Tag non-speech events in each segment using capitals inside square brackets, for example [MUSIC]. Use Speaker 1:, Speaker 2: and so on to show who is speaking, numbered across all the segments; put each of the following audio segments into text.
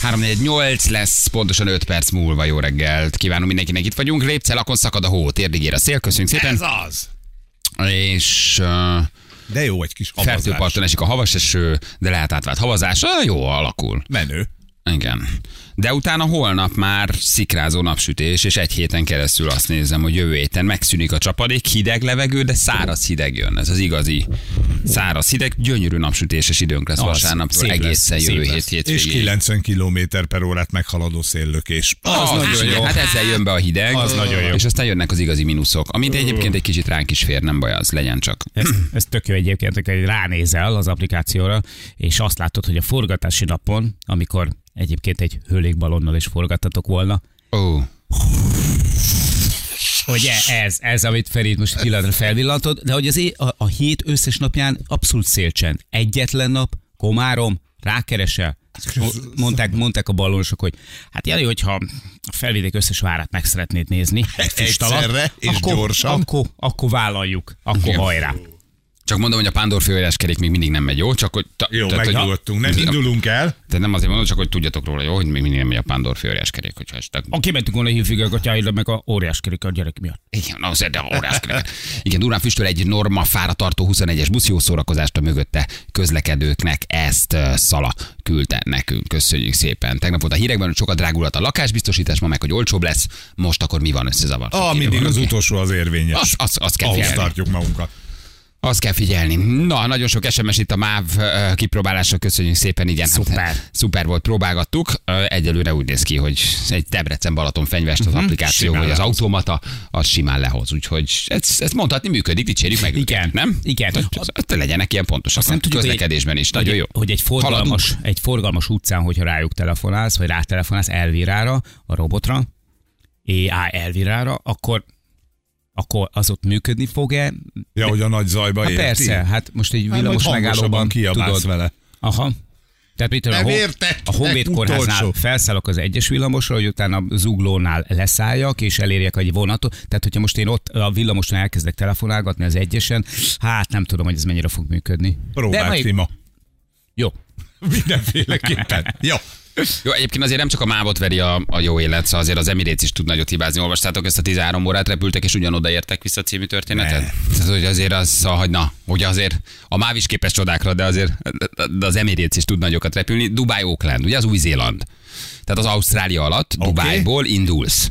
Speaker 1: 348 lesz, pontosan 5 perc múlva jó reggelt. Kívánom mindenkinek, itt vagyunk. Lépce, lakon szakad a hó, térdig ér a szél, köszönjük
Speaker 2: Ez
Speaker 1: szépen.
Speaker 2: az.
Speaker 1: És uh,
Speaker 2: De jó egy kis habozás.
Speaker 1: fertőparton esik a havas eső, de lehet átvált havazás. Ah, jó, alakul.
Speaker 2: Menő.
Speaker 1: Igen. De utána holnap már szikrázó napsütés, és egy héten keresztül azt nézem, hogy jövő héten megszűnik a csapadék, hideg levegő, de száraz hideg jön. Ez az igazi száraz hideg, gyönyörű napsütéses időnk lesz vasárnaptól
Speaker 3: szép lesz,
Speaker 1: egészen
Speaker 3: szép
Speaker 1: jövő
Speaker 3: lesz.
Speaker 1: hét
Speaker 2: És
Speaker 1: hétvégéig.
Speaker 2: 90 km per órát meghaladó széllökés.
Speaker 1: Az, az nagyon jó. Hát ezzel jön be a hideg.
Speaker 2: Az nagyon jó.
Speaker 1: És aztán jönnek az igazi mínuszok, amit egyébként egy kicsit ránk is fér, nem baj az, legyen csak.
Speaker 3: Ez, ez tök jó egyébként, hogy ránézel az applikációra, és azt látod, hogy a forgatási napon, amikor egyébként egy hőlékbalonnal is forgattatok volna,
Speaker 1: Ó,
Speaker 3: hogy e, ez, ez, amit Ferid most pillanatra felvillantod, de hogy az é- a, a hét összes napján abszolút szélcsend. Egyetlen nap, komárom, rákeresel. Mo- Mondták, mondták a ballonosok, hogy hát Jani, hogyha a felvidék összes várát meg szeretnéd nézni, egy füst alatt,
Speaker 2: Egyszerre és
Speaker 3: akkor,
Speaker 2: gyorsan.
Speaker 3: Akkor, akkor vállaljuk, akkor
Speaker 1: Igen.
Speaker 3: hajrá.
Speaker 1: csak mondom, hogy a Pándor kerék még mindig nem megy, jó? Csak hogy ta-
Speaker 2: Jó,
Speaker 1: hogy-
Speaker 2: megnyugodtunk. Nem
Speaker 1: mindig a-
Speaker 2: indulunk el.
Speaker 1: De nem azért mondom, csak hogy tudjatok róla, jó, hogy még mindig nem megy a Pándor kerék, hogyha esetleg
Speaker 3: A kimentünk volna hívfüggel gatyáira, meg a óriás kerék a gyerek miatt.
Speaker 1: Igen, az de órász Igen, durván füstöl egy norma fáratartó 21-es busz, jó szórakozást a mögötte közlekedőknek. Ezt ö, Szala küldte nekünk. Köszönjük szépen. Tegnap volt a hírekben, hogy sokat drágulhat a lakásbiztosítás, ma meg, hogy olcsóbb lesz. Most akkor mi van összezavar?
Speaker 2: Ah, mindig az utolsó az érvényes.
Speaker 1: Az, az, az kell
Speaker 2: Ahhoz
Speaker 1: figyelni.
Speaker 2: tartjuk magunkat.
Speaker 1: Azt kell figyelni. Na, nagyon sok SMS itt a MÁV ö, kipróbálásra. Köszönjük szépen, igen. hát,
Speaker 3: Szuper.
Speaker 1: Szuper volt, próbálgattuk. Ö, Egyelőre úgy néz ki, hogy egy Debrecen Balaton fenyvest
Speaker 3: Mhm.
Speaker 1: az applikáció,
Speaker 2: simán
Speaker 1: vagy az
Speaker 2: lehoz.
Speaker 1: automata, az simán lehoz. Úgyhogy ezt, ezt mondhatni működik, dicsérjük meg.
Speaker 3: Igen.
Speaker 1: őket, Nem?
Speaker 3: Igen.
Speaker 1: Hogy, hogy legyenek ilyen pontosak.
Speaker 3: nem
Speaker 1: Nem
Speaker 3: tudjuk, hogy egy-
Speaker 1: közlekedésben is. Nagyon
Speaker 3: hogy,
Speaker 1: jó.
Speaker 3: Hogy egy forgalmas, egy forgalmas utcán, hogyha rájuk telefonálsz, vagy rátelefonálsz Elvirára, a robotra, AI Elvirára, akkor akkor az ott működni fog-e?
Speaker 2: Ja, hogy a nagy zajba
Speaker 3: Hát
Speaker 2: érti?
Speaker 3: persze, hát most egy
Speaker 2: Hát
Speaker 3: villamos
Speaker 2: majd
Speaker 3: megállóban
Speaker 2: hangosabban kiabálsz
Speaker 3: tudod.
Speaker 2: vele.
Speaker 3: Aha. Tehát mit tudom, a,
Speaker 2: Nem
Speaker 3: hon,
Speaker 2: értettek,
Speaker 3: a Honvéd kórháznál
Speaker 2: utolsó.
Speaker 3: felszállok az egyes villamosra, hogy utána zuglónál leszálljak, és elérjek egy vonatot. Tehát, hogyha most én ott a villamoson elkezdek telefonálgatni az egyesen, hát nem tudom, hogy ez mennyire fog működni. De
Speaker 2: Próbáld,
Speaker 3: majd-
Speaker 2: Timo.
Speaker 3: Jó.
Speaker 2: Mindenféleképpen. [LAUGHS] Jó.
Speaker 1: Jó, egyébként azért nem csak a mávot veri a, a jó élet, szóval azért az Emirates is tud nagyot hibázni. Olvastátok ezt a 13 órát, repültek és ugyanoda értek vissza című történetet? Tehát, hogy azért az, szóval, hogy na, hogy azért a máv is képes csodákra, de azért de az Emirates is tud nagyokat repülni. Dubai, Oakland, ugye az Új-Zéland. Tehát az Ausztrália alatt
Speaker 2: Oké.
Speaker 1: Dubájból indulsz.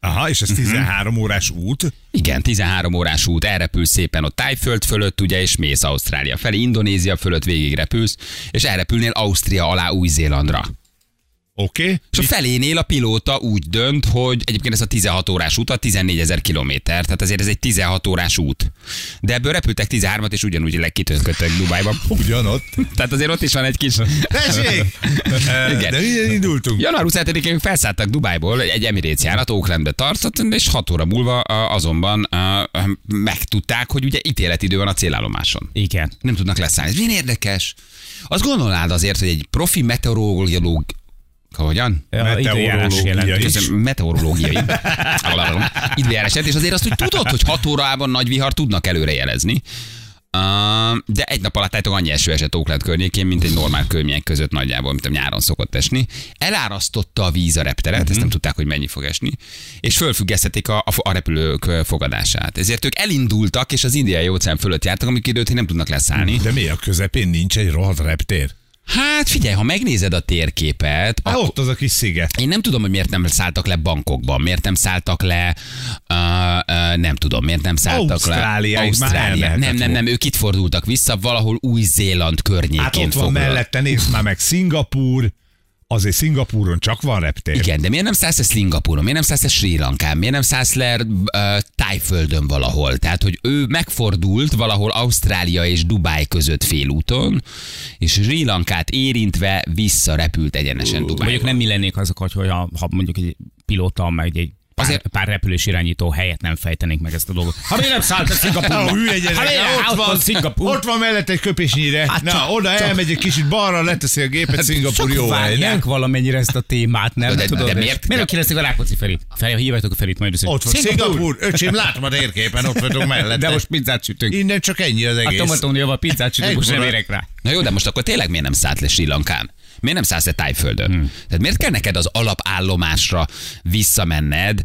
Speaker 2: Aha, és ez 13 órás út.
Speaker 1: Igen, 13 órás út, elrepül szépen ott Tájföld fölött, ugye, és mész Ausztrália felé, Indonézia fölött végig repülsz, és elrepülnél Ausztria alá Új-Zélandra.
Speaker 2: Oké. [LAUGHS]
Speaker 1: És a felénél a pilóta úgy dönt, hogy egyébként ez a 16 órás út, a 14 ezer kilométer, tehát azért ez egy 16 órás út. De ebből repültek 13-at, és ugyanúgy lekitönkötök Dubájban.
Speaker 2: Ugyanott.
Speaker 1: Tehát azért ott is van egy kis...
Speaker 2: Tessék!
Speaker 1: Igen.
Speaker 2: De ilyen indultunk.
Speaker 1: Január 27-én felszálltak Dubájból egy Emirates járat, Oaklandbe tartott, és 6 óra múlva a- azonban a, megtudták, hogy ugye ítéletidő van a célállomáson.
Speaker 3: Igen.
Speaker 1: Nem tudnak leszállni. Ez milyen érdekes. Azt gondolnád azért, hogy egy profi meteorológ... Hogyan?
Speaker 3: A időjárás
Speaker 2: Meteorológia
Speaker 3: jelentés.
Speaker 2: is.
Speaker 1: Köszönöm, meteorológiai időjárását, és azért azt, hogy tudod, hogy 6 órában nagy vihar tudnak előrejelezni. Uh, de egy nap alatt állítólag annyi eső esett Oakland környékén, mint egy normál környék között nagyjából, mint a nyáron szokott esni. Elárasztotta a víz a repteret, ezt nem tudták, hogy mennyi fog esni, és fölfüggesztették a, a, a repülők ö, fogadását. Ezért ők elindultak, és az indiai óceán fölött jártak, amik időt nem tudnak leszállni.
Speaker 2: De mi a közepén nincs egy rohadt reptér?
Speaker 1: Hát figyelj, ha megnézed a térképet,
Speaker 2: Hát ott az a kis sziget.
Speaker 1: Én nem tudom, hogy miért nem szálltak le bankokban, miért nem szálltak le, uh, uh, nem tudom, miért nem szálltak
Speaker 2: Ausztrália,
Speaker 1: le.
Speaker 2: itt már
Speaker 1: Ausztrália.
Speaker 2: elmehetett
Speaker 1: Nem, nem, nem, ők itt fordultak vissza, valahol Új-Zéland környékén
Speaker 2: Hát ott van
Speaker 1: foglalt.
Speaker 2: mellette, nézd már meg, Szingapúr. Azért Szingapúron csak van reptér.
Speaker 1: Igen, de miért nem szállsz le Szingapúron, miért nem szállsz le Sri Lankán, miért nem szállsz le uh, Tájföldön valahol? Tehát, hogy ő megfordult valahol Ausztrália és Dubáj között félúton, és Sri Lankát érintve visszarepült egyenesen Dubájba.
Speaker 3: Mondjuk nem mi lennék azok, hogy ha, ha mondjuk egy pilóta, meg egy pár,
Speaker 1: Azért-
Speaker 3: Azért... pár repülés irányító helyet nem fejtenék meg ezt a dolgot. Ha miért nem
Speaker 2: [LAUGHS]
Speaker 3: szállt a Szingapúrba?
Speaker 2: Ha hülye
Speaker 3: Ha
Speaker 2: gyerek,
Speaker 3: miért nem
Speaker 2: ott van,
Speaker 3: Szingapúr?
Speaker 2: ott van mellett egy köpésnyire.
Speaker 3: Hát
Speaker 2: Na,
Speaker 3: csak-
Speaker 2: oda
Speaker 3: csak-
Speaker 2: elmegy egy kicsit balra, leteszi a gépet, Szingapúr
Speaker 3: Csak
Speaker 2: jó hely. nem?
Speaker 3: várják valamennyire ezt a témát, nem?
Speaker 1: De- de-
Speaker 3: Tudod,
Speaker 1: de
Speaker 3: és-
Speaker 1: miért-
Speaker 3: Miért nem
Speaker 1: de-
Speaker 3: kérdezték a Rákóczi Ferit? Feri, ha hívjátok a Ferit, majd össze.
Speaker 2: Ott van Szingapúr. Öcsém, látom a térképen, ott vagyok mellette.
Speaker 3: De most Hát pizzát sütünk.
Speaker 2: Innen csak ennyi az
Speaker 3: A
Speaker 2: egész.
Speaker 3: tomatónióval pizzát sütünk, most nem
Speaker 2: Egybora.
Speaker 3: érek rá.
Speaker 1: Na jó, de most akkor tényleg miért nem szállt le Sri Lankán? Miért nem szállsz le tájföldön? Hmm. Tehát miért kell neked az alapállomásra visszamenned,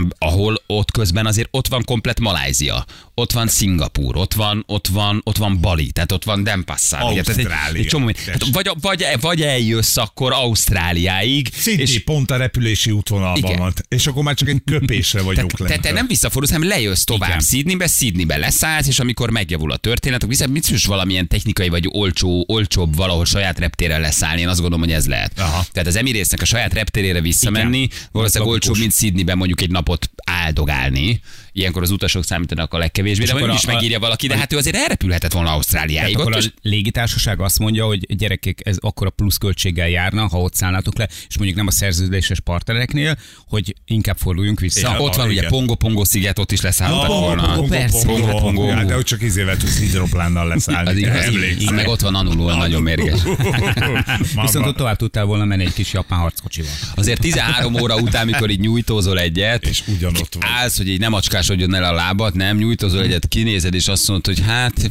Speaker 1: uh, ahol ott közben azért ott van komplet Malázia, ott van Szingapúr, ott van, ott van, ott van Bali, tehát ott van Denpassan. ugye, tehát egy-
Speaker 2: Ausztrália.
Speaker 1: Egy, csomó, minden. tehát vagy, vagy, vagy eljössz akkor Ausztráliáig,
Speaker 2: Szintén és pont a repülési útvonalban
Speaker 1: Igen.
Speaker 2: van. És akkor már csak egy köpésre vagyunk
Speaker 1: tehát, te, te nem visszafordulsz, hanem lejössz tovább
Speaker 3: Igen.
Speaker 1: Sydneybe, Sydneybe leszállsz, és amikor megjavul a történet, akkor viszont biztos valamilyen technikai vagy olcsó, olcsóbb valahol saját reptérre leszállni. Én azt gondolom, hogy ez lehet.
Speaker 2: Aha.
Speaker 1: Tehát az Emirésznek a saját reptérére visszamenni, Igen. valószínűleg
Speaker 2: Logikus.
Speaker 1: olcsóbb, mint Sydneyben mondjuk egy napot áldogálni. Ilyenkor az utasok számítanak a legkevésbé,
Speaker 3: És
Speaker 1: de
Speaker 3: akkor
Speaker 1: akkor is
Speaker 3: a- a-
Speaker 1: megírja valaki, de hát ő azért elrepülhetett volna Ausztráliáig.
Speaker 3: Tehát
Speaker 1: Ott
Speaker 3: akkor
Speaker 1: most
Speaker 3: a légitársaság azt mondja, hogy gyerekek, ez akkor a pluszköltséggel járna, ha ott szállnátok le, és mondjuk nem a szerződéses partnereknél, hogy inkább forduljunk vissza.
Speaker 1: Na,
Speaker 2: Igen,
Speaker 1: Szóval ott van ugye
Speaker 2: igen. [LAUGHS]
Speaker 1: Pongo-Pongo sziget, ott is leszálltak volna.
Speaker 3: persze,
Speaker 1: Pongo,
Speaker 2: Pongo,
Speaker 1: Pongo.
Speaker 2: Pongo. Hát, De hogy csak izével tudsz hidroplánnal
Speaker 3: Hát,
Speaker 2: leszállni.
Speaker 1: Hát, Az igaz,
Speaker 2: Emlékszem. [LAUGHS]
Speaker 1: meg ott van Anuló, nagyon mérges.
Speaker 3: Viszont
Speaker 2: Mama.
Speaker 3: ott tovább tudtál volna menni egy kis japán harckocsival.
Speaker 1: Azért 13 óra után, mikor így nyújtózol egyet,
Speaker 2: És ugyanott vagy.
Speaker 1: állsz, hogy így nem acskásodjon el a lábad, nem, nyújtózol egyet, kinézed, és azt mondod, hogy hát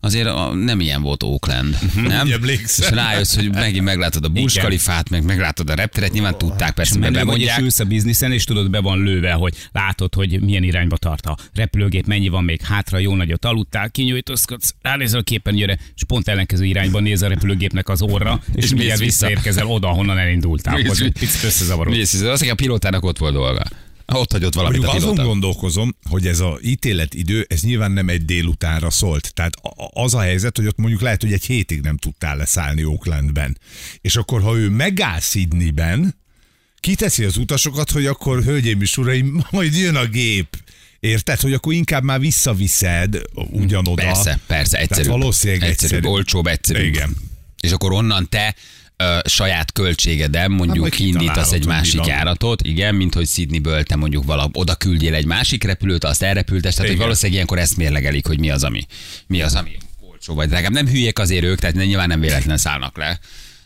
Speaker 1: azért a, nem ilyen volt Oakland, nem?
Speaker 2: Mhm, Úgy emlékszem.
Speaker 1: És rájössz, hogy megint meglátod a buskalifát, meg meglátod a repteret, nyilván
Speaker 2: Oh.
Speaker 1: tudták persze, mert
Speaker 3: Menő vagy és
Speaker 1: bemondják.
Speaker 3: ülsz a bizniszen, és tudod, be van lőve, hogy látod, hogy milyen irányba tart a repülőgép, mennyi van még hátra, jó nagyot aludtál, kinyújtózkodsz, ránézel a képernyőre, és pont ellenkező irányba néz a repülőgépnek az orra, és,
Speaker 1: És
Speaker 3: és mindjárt
Speaker 1: mész vissza.
Speaker 3: visszaérkezel oda, honnan elindultál.
Speaker 1: Mész
Speaker 3: Hogy
Speaker 1: vissza.
Speaker 3: egy picit összezavarod.
Speaker 1: Mész, hisz, Azt mondja, a pilótának ott volt dolga. Ott hagyott valamit a
Speaker 2: Mondjuk azon
Speaker 1: pilóta.
Speaker 2: gondolkozom, hogy ez a ítéletidő, ez nyilván nem egy délutánra szólt. Tehát a- a- az a helyzet, hogy ott mondjuk lehet, hogy egy hétig nem tudtál leszállni Oaklandben. És akkor, ha ő megáll Sydneyben, kiteszi az utasokat, hogy akkor, hölgyeim és uraim, [LAUGHS] majd jön a gép. Érted, hogy akkor inkább már visszaviszed ugyanoda.
Speaker 1: Persze, persze, egyszerűbb.
Speaker 2: Tehát valószínűleg
Speaker 1: egyszerűbb.
Speaker 2: egyszerűbb.
Speaker 1: Olcsóbb, egyszerűbb.
Speaker 2: Igen.
Speaker 1: És akkor onnan te ö, saját költségeden mondjuk
Speaker 2: majd
Speaker 1: kiindítasz
Speaker 2: Hát kitalálod,
Speaker 1: egy
Speaker 2: hogy mi
Speaker 1: másik
Speaker 2: van.
Speaker 1: járatot, igen, mint hogy Sydneyből te mondjuk valahol oda küldjél egy másik repülőt, azt elrepültes, tehát hogy
Speaker 2: Igen.
Speaker 1: valószínűleg ilyenkor ezt mérlegelik, hogy mi az, ami, mi az, ami olcsó vagy drágább. Nem hülyék azért ők, tehát nyilván nem véletlen szállnak le.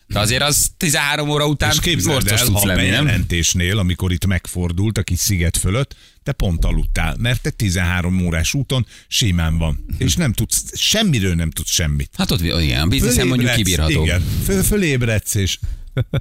Speaker 1: De azért az 13 óra után
Speaker 2: És képzeld
Speaker 1: morcos
Speaker 2: el, ha
Speaker 1: Hát tudsz
Speaker 2: a
Speaker 1: lenni, nem?
Speaker 2: bejelentésnél, amikor itt megfordult a kis sziget fölött, te pont aludtál, mert te 13 órás úton simán van, és nem tudsz, semmiről nem tudsz semmit.
Speaker 1: Hát ott igen, a bizniszen mondjuk
Speaker 2: Fölébredsz,
Speaker 1: kibírható.
Speaker 2: Igen, föl, fölébredsz, és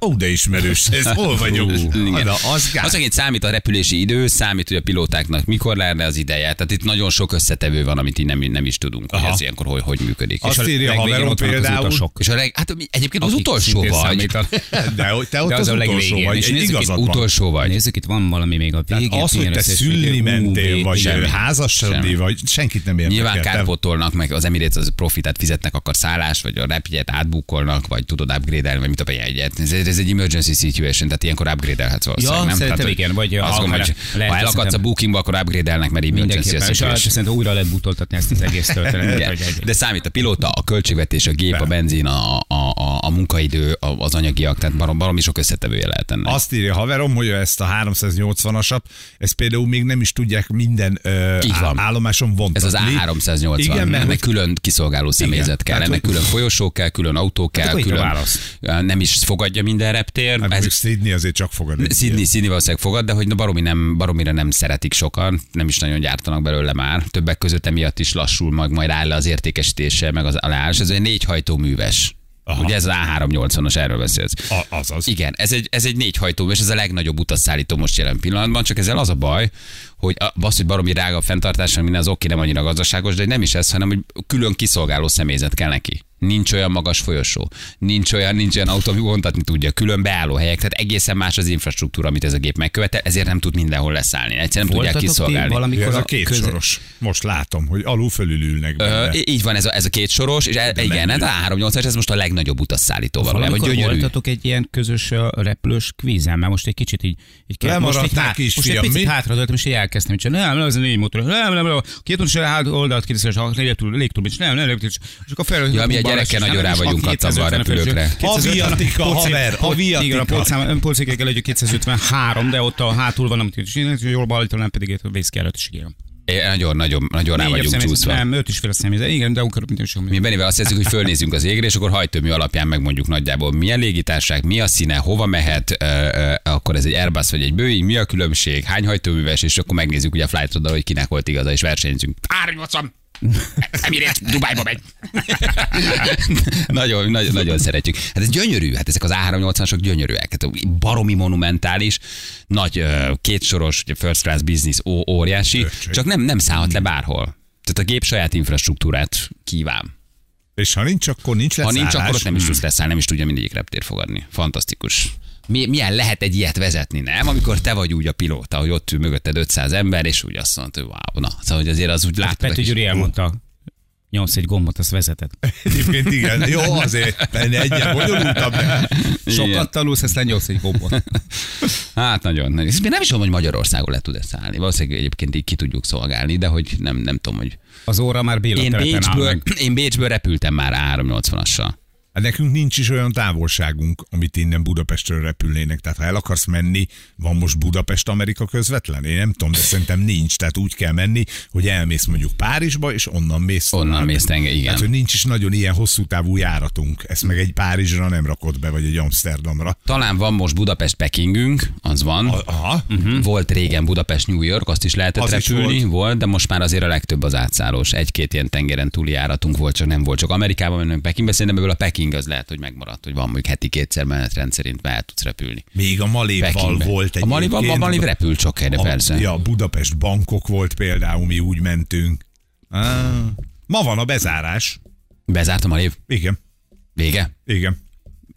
Speaker 2: ó, de ismerős,
Speaker 1: [LAUGHS]
Speaker 2: ez hol vagyok?
Speaker 1: Igen.
Speaker 2: Oda, az gáz.
Speaker 1: Az, hogy számít a repülési idő, számít, hogy a pilótáknak mikor lenne az ideje. Tehát itt nagyon sok összetevő van, amit így nem, nem is tudunk, Aha. hogy
Speaker 2: Aha.
Speaker 1: ez ilyenkor hogy, hogy működik. és,
Speaker 2: Azt
Speaker 1: a,
Speaker 2: írja a
Speaker 3: legvégén
Speaker 2: haverom
Speaker 3: ott vannak az
Speaker 2: például,
Speaker 3: utasok.
Speaker 1: és a leg, hát mi- egyébként az
Speaker 3: Akik
Speaker 1: utolsó
Speaker 3: szintén
Speaker 1: vagy. [LAUGHS]
Speaker 3: számítanak.
Speaker 2: de hogy te ott
Speaker 3: De az
Speaker 2: az, utolsó
Speaker 3: a legvégén,
Speaker 2: vagy,
Speaker 1: És
Speaker 2: és
Speaker 1: nézzük, itt
Speaker 2: igazad van. Hát
Speaker 1: utolsó vagy.
Speaker 3: Nézzük, itt van valami még a végén.
Speaker 2: Az, hogy
Speaker 3: milyen
Speaker 2: te
Speaker 3: összes
Speaker 2: szülni
Speaker 3: végén.
Speaker 2: mentél,
Speaker 3: Ú,
Speaker 2: vagy
Speaker 1: semmi. Semmi.
Speaker 2: házasodni, vagy senkit nem érdekel.
Speaker 1: Nyilván
Speaker 2: Te-
Speaker 1: kárpótolnak, meg az Emirates az profitát fizetnek, akar szállás, vagy a repjegyet átbukolnak, vagy tudod upgrade vagy mit a egyet. Ez, ez, egy emergency situation, tehát ilyenkor upgrade-elhetsz valószínűleg.
Speaker 3: Ja,
Speaker 1: nem?
Speaker 3: szerintem
Speaker 1: Tehát,
Speaker 3: igen, vagy
Speaker 1: azt
Speaker 3: ha
Speaker 1: gondolom,
Speaker 3: akár-
Speaker 1: hogy
Speaker 3: lehet,
Speaker 1: ha elakadsz a
Speaker 3: szerintem.
Speaker 1: bookingba, akkor upgrade-elnek, mert emergency a
Speaker 3: Mindenképpen, és
Speaker 1: situation.
Speaker 3: arra szerintem újra lehet butoltatni ezt az egész történetet.
Speaker 1: Igen.
Speaker 3: hogy egy-
Speaker 1: De számít a pilóta, a költségvetés, a gép, a benzin, a, a, a, a munkaidő, a, az anyagiak, tehát barom, baromi sok összetevője lehet ennek.
Speaker 2: Azt írja haverom, hogy ezt a 380-asat, ezt például még nem is tudják minden ö,
Speaker 1: Így van.
Speaker 2: á- állomáson vontatni.
Speaker 1: ez az A380.
Speaker 2: Igen, mert
Speaker 1: ennek
Speaker 2: hogy-
Speaker 1: külön kiszolgáló személyzet kell,
Speaker 2: Tehát,
Speaker 1: ennek
Speaker 2: hogy-
Speaker 1: külön folyosó kell, külön autó kell,
Speaker 3: akkor itt a
Speaker 1: külön
Speaker 3: válasz.
Speaker 1: nem is fogadja minden reptér.
Speaker 2: Hát
Speaker 1: Ez,
Speaker 2: mondjuk Sydney azért csak fogad. egy
Speaker 1: Sydney, Sydney valószínűleg fogad, de hogy na baromi nem, baromira nem szeretik sokan, nem is nagyon gyártanak belőle már. Többek között emiatt is lassul, meg majd áll le az értékesítése, meg az állás. Ez egy négyhajtóműves. Aha.
Speaker 2: Aha.
Speaker 1: Ugye ez az A380-as, erről beszélsz.
Speaker 2: ilyet. A, azaz.
Speaker 1: Igen, ez egy, ez egy négyhajtó, és ez a legnagyobb utasszállító most jelen pillanatban, csak ezzel az a baj, hogy a, basz, hogy baromi drága a fenntartása, minden az oké, nem annyira gazdaságos, de nem is ez, hanem hogy külön kiszolgáló személyzet kell neki. Nincs olyan magas folyosó, nincs olyan, nincs olyan autó, ami vontatni tudja, külön beálló helyek, tehát egészen más az infrastruktúra, amit ez a gép megkövetel, ezért nem tud mindenhol leszállni, egyszerűen nem tudják
Speaker 3: Voltatok ti
Speaker 1: kiszolgálni.
Speaker 2: Ugye
Speaker 3: Valamikor
Speaker 2: ez a két
Speaker 3: köze-
Speaker 2: soros. Most látom, hogy alul fölül ülnek benne.
Speaker 1: Ö, í- így van, ez a, ez a két soros, és el, igen, hát
Speaker 2: menő.
Speaker 1: a 380-as, ez most a legnagyobb utasszállító valójában.
Speaker 3: Valamikor
Speaker 1: Gyönyörű.
Speaker 3: voltatok egy ilyen közös ö, repülős kvízen, mert most egy kicsit így... így kell- most
Speaker 2: Lemaradtál,
Speaker 3: egy, hát- most egy
Speaker 2: kisfiam,
Speaker 3: picit
Speaker 2: mi?
Speaker 3: hátradőltem, és így elkezdtem, hogy nem, nem, ez a négy motor, nem, nem, nem, két utas hát oldalt kérdezel, és a légtúr, légtúr, és nem, nem, légtúr, és akkor fel...
Speaker 1: Ja, mi a gyerekkel nagyon rá vagyunk kacabban a repülőkre.
Speaker 2: Aviatika, haver, aviatika.
Speaker 3: Igen, a polcám, polcékekkel együtt 253, de ott a hátul van, amit is én jól balítom, nem pedig a vészkiárat is ígérem.
Speaker 1: É, Nagyon, nagyon, nagyon rá
Speaker 3: Négy
Speaker 1: vagyunk
Speaker 3: személyzet,
Speaker 1: csúszva.
Speaker 3: Nem, öt is fél személyzet, igen, de akkor minden sok
Speaker 1: Mi Benivel azt hiszük, hogy fölnézünk az égre, és akkor hajtómű alapján megmondjuk nagyjából, milyen légitárság, mi a színe, hova mehet, ö, ö, akkor ez egy Airbus vagy egy Boeing, mi a különbség, hány hajtóműves, és akkor megnézzük ugye a flight radar, hogy kinek volt igaza, és versenyzünk. 380! Emirates Dubájba megy. nagyon, nagyon, nagyon szeretjük. Hát ez gyönyörű, hát ezek az A380-asok gyönyörűek. Hát baromi monumentális, nagy ö, kétsoros, ugye first class business ó- óriási,
Speaker 2: Öcsém.
Speaker 1: csak nem, nem szállhat le bárhol. Tehát a gép saját infrastruktúrát kíván.
Speaker 2: És ha nincs, akkor nincs
Speaker 1: Ha
Speaker 2: leszállás. Hmm.
Speaker 1: nincs, akkor ott nem is tudsz leszállni, nem is tudja mindegyik reptér fogadni. Fantasztikus. Mi, milyen lehet egy ilyet vezetni, nem? Amikor te vagy úgy a pilóta, hogy ott ül mögötted 500 ember, és úgy azt mondta, hogy wow, na, szóval hogy azért az úgy
Speaker 2: Hát
Speaker 1: látod.
Speaker 3: Pető
Speaker 1: a kis-
Speaker 3: Gyuri elmondta, nyomsz egy gombot, azt vezeted.
Speaker 2: [LAUGHS] Egyébként igen. Jó, azért lenne egyen bonyolultabb. de-
Speaker 3: Sokat tanulsz, aztán nyomsz egy gombot.
Speaker 1: Hát nagyon. nagyon. Ezt még nem is tudom, hogy Magyarországon le tud-e szállni. Valószínűleg egyébként így ki tudjuk szolgálni, de hogy nem, nem tudom, hogy...
Speaker 3: Az óra már
Speaker 1: Én
Speaker 3: billenteleten áll
Speaker 1: Bécsből,
Speaker 3: meg.
Speaker 1: én Bécsből repültem már 380-assal.
Speaker 2: Hát nekünk nincs is olyan távolságunk, amit innen Budapestről repülnének. Tehát ha el akarsz menni, van most Budapest-Amerika közvetlen? Én nem tudom, de szerintem nincs. Tehát úgy kell menni, hogy elmész mondjuk Párizsba, és onnan mész.
Speaker 1: Onnan
Speaker 2: tovább.
Speaker 1: mész tenge- igen.
Speaker 2: Tehát, Hát- hogy nincs is nagyon ilyen hosszú távú járatunk. Ezt meg egy Párizsra nem rakod be, vagy egy Amsterdamra.
Speaker 1: Talán van most Budapest-Pekingünk, az van.
Speaker 2: A- Aha.
Speaker 1: Uh-huh. Volt régen Budapest-New York, azt is lehetett
Speaker 2: Az
Speaker 1: az
Speaker 2: is
Speaker 1: repülni,
Speaker 2: volt.
Speaker 1: volt. volt, de most már azért a legtöbb az átszállós. Egy-két ilyen tengeren túli járatunk volt, csak nem volt csak Amerikában, menünk Pekingbe. Szerintem ebből a Peking az lehet, hogy megmaradt, hogy van mondjuk heti kétszer menetrend szerint, mert el tudsz repülni.
Speaker 2: Még a Malévval
Speaker 1: Pekingbe.
Speaker 2: volt egy.
Speaker 1: a Mali, a Mali repül csak helyre, persze.
Speaker 2: Ja, Budapest bankok volt például, mi úgy mentünk. Ah. Ma van a bezárás.
Speaker 1: Bezártam a év.
Speaker 2: Igen,
Speaker 1: Vége.
Speaker 2: igen,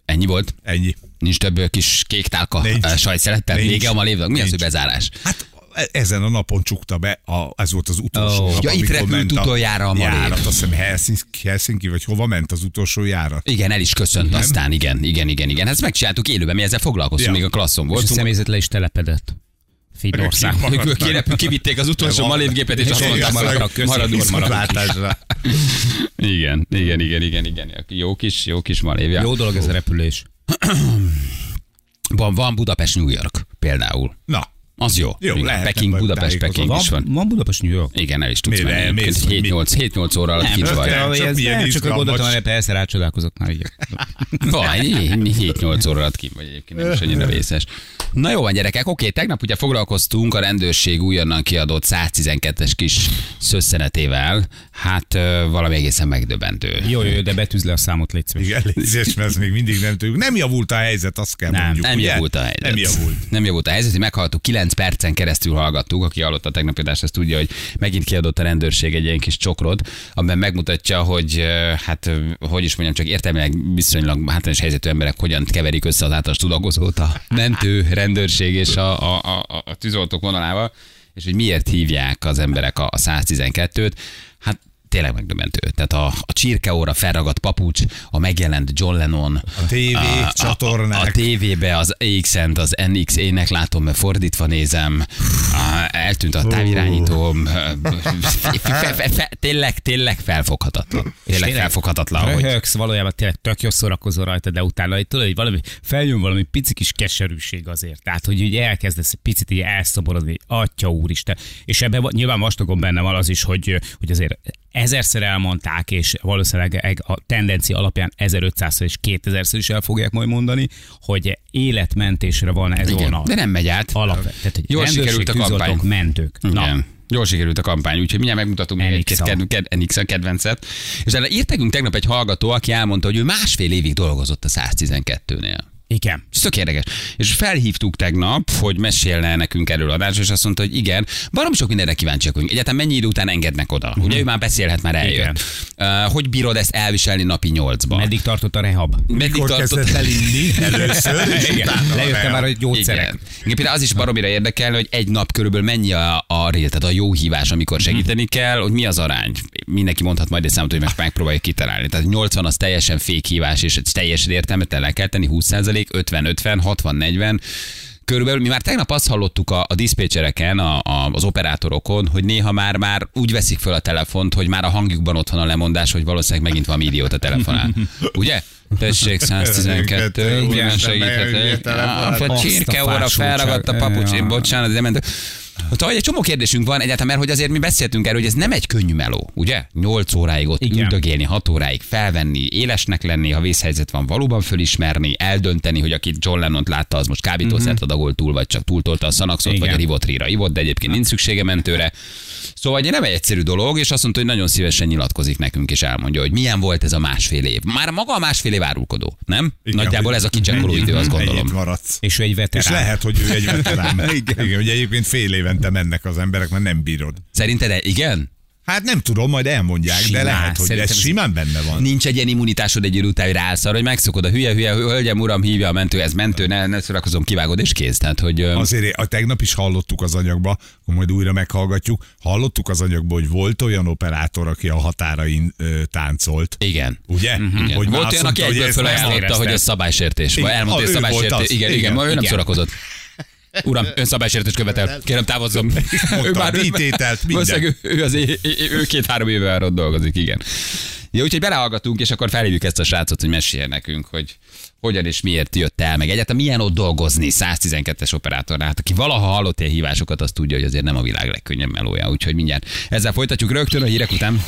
Speaker 1: Ennyi volt.
Speaker 2: ennyi.
Speaker 1: Nincs több ö, kis kék tálka
Speaker 2: Nincs.
Speaker 1: ö, sajtszelettel?
Speaker 2: Nincs.
Speaker 1: Vége a malévnak? Mi az, hogy
Speaker 2: Nincs.
Speaker 1: bezárás?
Speaker 2: Hát e- ezen a napon csukta be, a, ez volt az utolsó
Speaker 1: Ó.
Speaker 2: nap,
Speaker 1: Ja, itt
Speaker 2: amikor
Speaker 1: repült
Speaker 2: ment
Speaker 1: utoljára a Malév.
Speaker 2: Járat, azt hiszem Helsinki, Helsinki, vagy hova ment az utolsó járat.
Speaker 1: Igen, el is köszönt igen. aztán, igen, igen, igen, igen. Hát ezt megcsináltuk élőben, mi ezzel foglalkoztunk,
Speaker 2: Ja.
Speaker 1: még a klasszon
Speaker 3: És a
Speaker 1: voltunk.
Speaker 3: személyzet le is telepedett. Finnország.
Speaker 2: Rögtön.
Speaker 1: Ők kirep- kivitték az utolsó
Speaker 2: van.
Speaker 1: malévgépet, és azt
Speaker 2: Igen,
Speaker 1: mondták, maradok,
Speaker 2: köszi,
Speaker 1: maradok, maradok.
Speaker 2: viszontlátásra.
Speaker 1: Igen, igen, igen, igen, igen. Jó kis, jó kis malévja.
Speaker 3: Jó dolog ez a repülés.
Speaker 1: Van, van Budapest-New York például.
Speaker 2: Na,
Speaker 1: Az jó.
Speaker 2: Jó,
Speaker 1: Igen,
Speaker 2: lehet,
Speaker 1: Peking,
Speaker 2: nem
Speaker 1: Budapest,
Speaker 2: tájékozom.
Speaker 1: Peking
Speaker 3: Van,
Speaker 1: is van.
Speaker 3: van Budapest, New York.
Speaker 1: Igen, el is tudsz
Speaker 2: Mire
Speaker 1: menni.
Speaker 2: mész, hogy mi?
Speaker 1: 7-8 óra alatt kicsi vagy.
Speaker 2: csak
Speaker 3: Csak, ez,
Speaker 2: milyen
Speaker 3: nem, csak a
Speaker 2: izgalmas.
Speaker 3: gondoltam, hogy persze rácsodálkozok már. Így.
Speaker 1: Van, 7-8 óra alatt kim vagy egyébként, nem is annyira vészes. Na jó van gyerekek, oké, tegnap ugye foglalkoztunk a rendőrség újonnan kiadott 112-es kis szösszenetével, hát ö, valami egészen megdöbentő.
Speaker 3: Jó, jó, jó, de betűz le a számot, légy szíves.
Speaker 2: igen, lézés, mert ezt még mindig nem tudjuk. Nem javult a helyzet, azt kell
Speaker 3: Nem,
Speaker 2: mondjuk.
Speaker 1: Nem
Speaker 2: ugye?
Speaker 1: javult a helyzet.
Speaker 2: Nem javult.
Speaker 1: Nem javult a helyzet, hogy meghallgattuk, 9 percen keresztül hallgattuk, aki hallotta a tegnapi adást, ezt tudja, hogy megint kiadott a rendőrség egy ilyen kis csokrot, amiben megmutatja, hogy ö, hát, ö, hogy is mondjam, csak értelmileg viszonylag hátrányos helyzetű emberek hogyan keverik össze az általános tudakozót a mentő rendőrség és a, a, a, a, a tűzoltók vonalával, és hogy miért hívják az emberek a a 112-t. Hát tényleg megdöbentő. Tehát a, a csirkeóra felragadt papucs, a megjelent John Lennon,
Speaker 2: A tévé csatornák.
Speaker 1: a, a tévébe az AXN-t, az NX-ének látom, mert fordítva nézem, Á, eltűnt a távirányítóm, Fe- fe- fe- fe- tényleg, tényleg felfoghatatlan. Tényleg felfoghatatlan, hogy
Speaker 3: Röhögsz, valójában tényleg tök jó szórakozol rajta, de utána hogy tudod, hogy valami, feljön valami pici kis keserűség azért. Tehát, hogy így elkezdesz egy picit így elszoborodni, atya úristen. És ebben va- nyilván vastagon benne van az is, hogy, hogy azért ezerszer elmondták, és valószínűleg eg- a tendencia alapján 1500-szor és 2000-ször is el fogják majd mondani, hogy életmentésre van ez
Speaker 1: igen,
Speaker 3: volna.
Speaker 1: de nem megy át.
Speaker 3: Alapvetően. Tehát, hogy
Speaker 1: Jól
Speaker 3: rendőrség,
Speaker 1: sikerült a kampány.
Speaker 3: tűzoltók, mentők.
Speaker 1: Igen. Jól sikerült a kampány, úgyhogy mindjárt megmutatunk még egy-két
Speaker 3: NX-a.
Speaker 1: ked- ked- NX a kedvencet. És erre írt nekünk tegnap egy hallgató, aki elmondta, hogy ő másfél évig dolgozott a 112-nél.
Speaker 3: Igen.
Speaker 1: Ez tök érdekes. És felhívtuk tegnap, hogy mesélne nekünk erről adásról, és azt mondta, hogy igen, barom sok mindenre kíváncsiak vagyunk. Egyáltalán mennyi idő után engednek oda?
Speaker 2: Mhm.
Speaker 1: Ugye ő már beszélhet, már eljött. Uh, hogy bírod ezt elviselni napi nyolcban?
Speaker 3: Meddig tartott a rehab?
Speaker 1: Meddig
Speaker 2: Mikor kezdett
Speaker 1: [LAUGHS]
Speaker 2: elinni először, és
Speaker 3: Igen,
Speaker 2: utána
Speaker 3: lejöttem már,
Speaker 2: fel.
Speaker 3: hogy gyógyszerek.
Speaker 1: Igen. Igen, például az is baromira érdekel, hogy egy nap körülbelül mennyi a, a rél, tehát a jó hívás, amikor segíteni kell, hogy mi az arány. Mindenki mondhat majd egy számot, hogy most megpróbáljuk kitalálni. Tehát 80 az teljesen fékhívás, és egy teljesen értelmet el kell tenni, 20 50-50, 60-40, Körülbelül mi már tegnap azt hallottuk a, a diszpécsereken, a, a, az operátorokon, hogy néha már már úgy veszik föl a telefont, hogy már a hangjukban ott van a lemondás, hogy valószínűleg megint valami idióta telefonál. Ugye? Tessék, 112, hogyan
Speaker 2: Úristen,
Speaker 1: segíthetek?
Speaker 2: megint telefonál.
Speaker 1: Ja,
Speaker 3: Azt a
Speaker 1: eh, Csirke óra
Speaker 3: fásultság.
Speaker 1: felragadt a papucs,
Speaker 3: Ja.
Speaker 1: én bocsánat, de ment. Hát, hogy egy csomó kérdésünk van egyáltalán, mert hogy azért mi beszéltünk erről, hogy ez nem egy könnyű meló, ugye? 8 óráig ott
Speaker 3: Igen.
Speaker 1: üldögélni, 6 óráig felvenni, élesnek lenni, ha vészhelyzet van, valóban fölismerni, eldönteni, hogy aki John Lennont látta, az most kábítószert adagolt túl, vagy csak túltolta a szanaxot,
Speaker 3: Igen.
Speaker 1: vagy a rivotrira ivott, de egyébként nincs szüksége mentőre. Szóval ugye nem egy egyszerű dolog, és azt mondta, hogy nagyon szívesen nyilatkozik nekünk, és elmondja, hogy milyen volt ez a másfél év. Már maga a másfél év árulkodó, nem?
Speaker 2: Igen,
Speaker 1: Nagyjából
Speaker 2: hogy
Speaker 1: ez a kicsekkoló
Speaker 2: mennyit-
Speaker 1: idő, azt gondolom.
Speaker 2: Mennyit maradsz.
Speaker 3: És ő egy veterán.
Speaker 2: És lehet, hogy ő egy veterán. Igen. Igen, ugye egyébként fél évente mennek az emberek, mert nem bírod.
Speaker 1: Szerinted e- igen?
Speaker 2: Hát nem tudom, majd elmondják,
Speaker 3: Simán,
Speaker 2: de lehet, hogy
Speaker 3: szerintem
Speaker 2: ez
Speaker 3: ez-
Speaker 2: simán benne van.
Speaker 1: Nincs egy ilyen immunitásod egy idő után, hogy ráállsz arra, hogy megszokod a hülye, hülye, hölgyem, uram, hívja a mentő, ez mentő, ne, ne szórakozom, kivágod és kész. Tehát, hogy ö,
Speaker 2: Azért a tegnap is hallottuk az anyagba, akkor majd újra meghallgatjuk, hallottuk az anyagba, hogy volt olyan operátor, aki a határain ö, táncolt.
Speaker 1: igen.
Speaker 2: Ugye?
Speaker 1: Mhm. Igen.
Speaker 2: Mhm. Hogy már
Speaker 1: volt
Speaker 2: azt
Speaker 1: olyan, aki
Speaker 2: mondta, hogy
Speaker 1: egyből
Speaker 2: ezt nem
Speaker 1: felajánlotta,
Speaker 2: éreztem.
Speaker 1: hogy ez szabálysértés. Vagy
Speaker 2: Igen.
Speaker 1: elmondta, hogy
Speaker 2: Ah, ő volt
Speaker 1: szabálysértés.
Speaker 2: az.
Speaker 1: Igen, igen,
Speaker 2: Igen.
Speaker 1: ma ő nem
Speaker 3: Igen.
Speaker 1: szórakozott. Uram, ön szabálysértés követel. Kérem, távozzon.
Speaker 2: Mondtam, bítételt, minden.
Speaker 1: Valószínűleg ő, ő, az, ő, ő két-három éve már ott dolgozik, igen. Ja, úgyhogy belehallgatunk, és akkor felhívjuk ezt a srácot, hogy meséljen nekünk, hogy hogyan és miért jött el, meg egyáltalán milyen ott dolgozni 112-es operátornál. Hát, aki valaha hallott ilyen hívásokat, az tudja, hogy azért nem a világ legkönnyebb melója. Úgyhogy mindjárt ezzel folytatjuk rögtön a hírek után.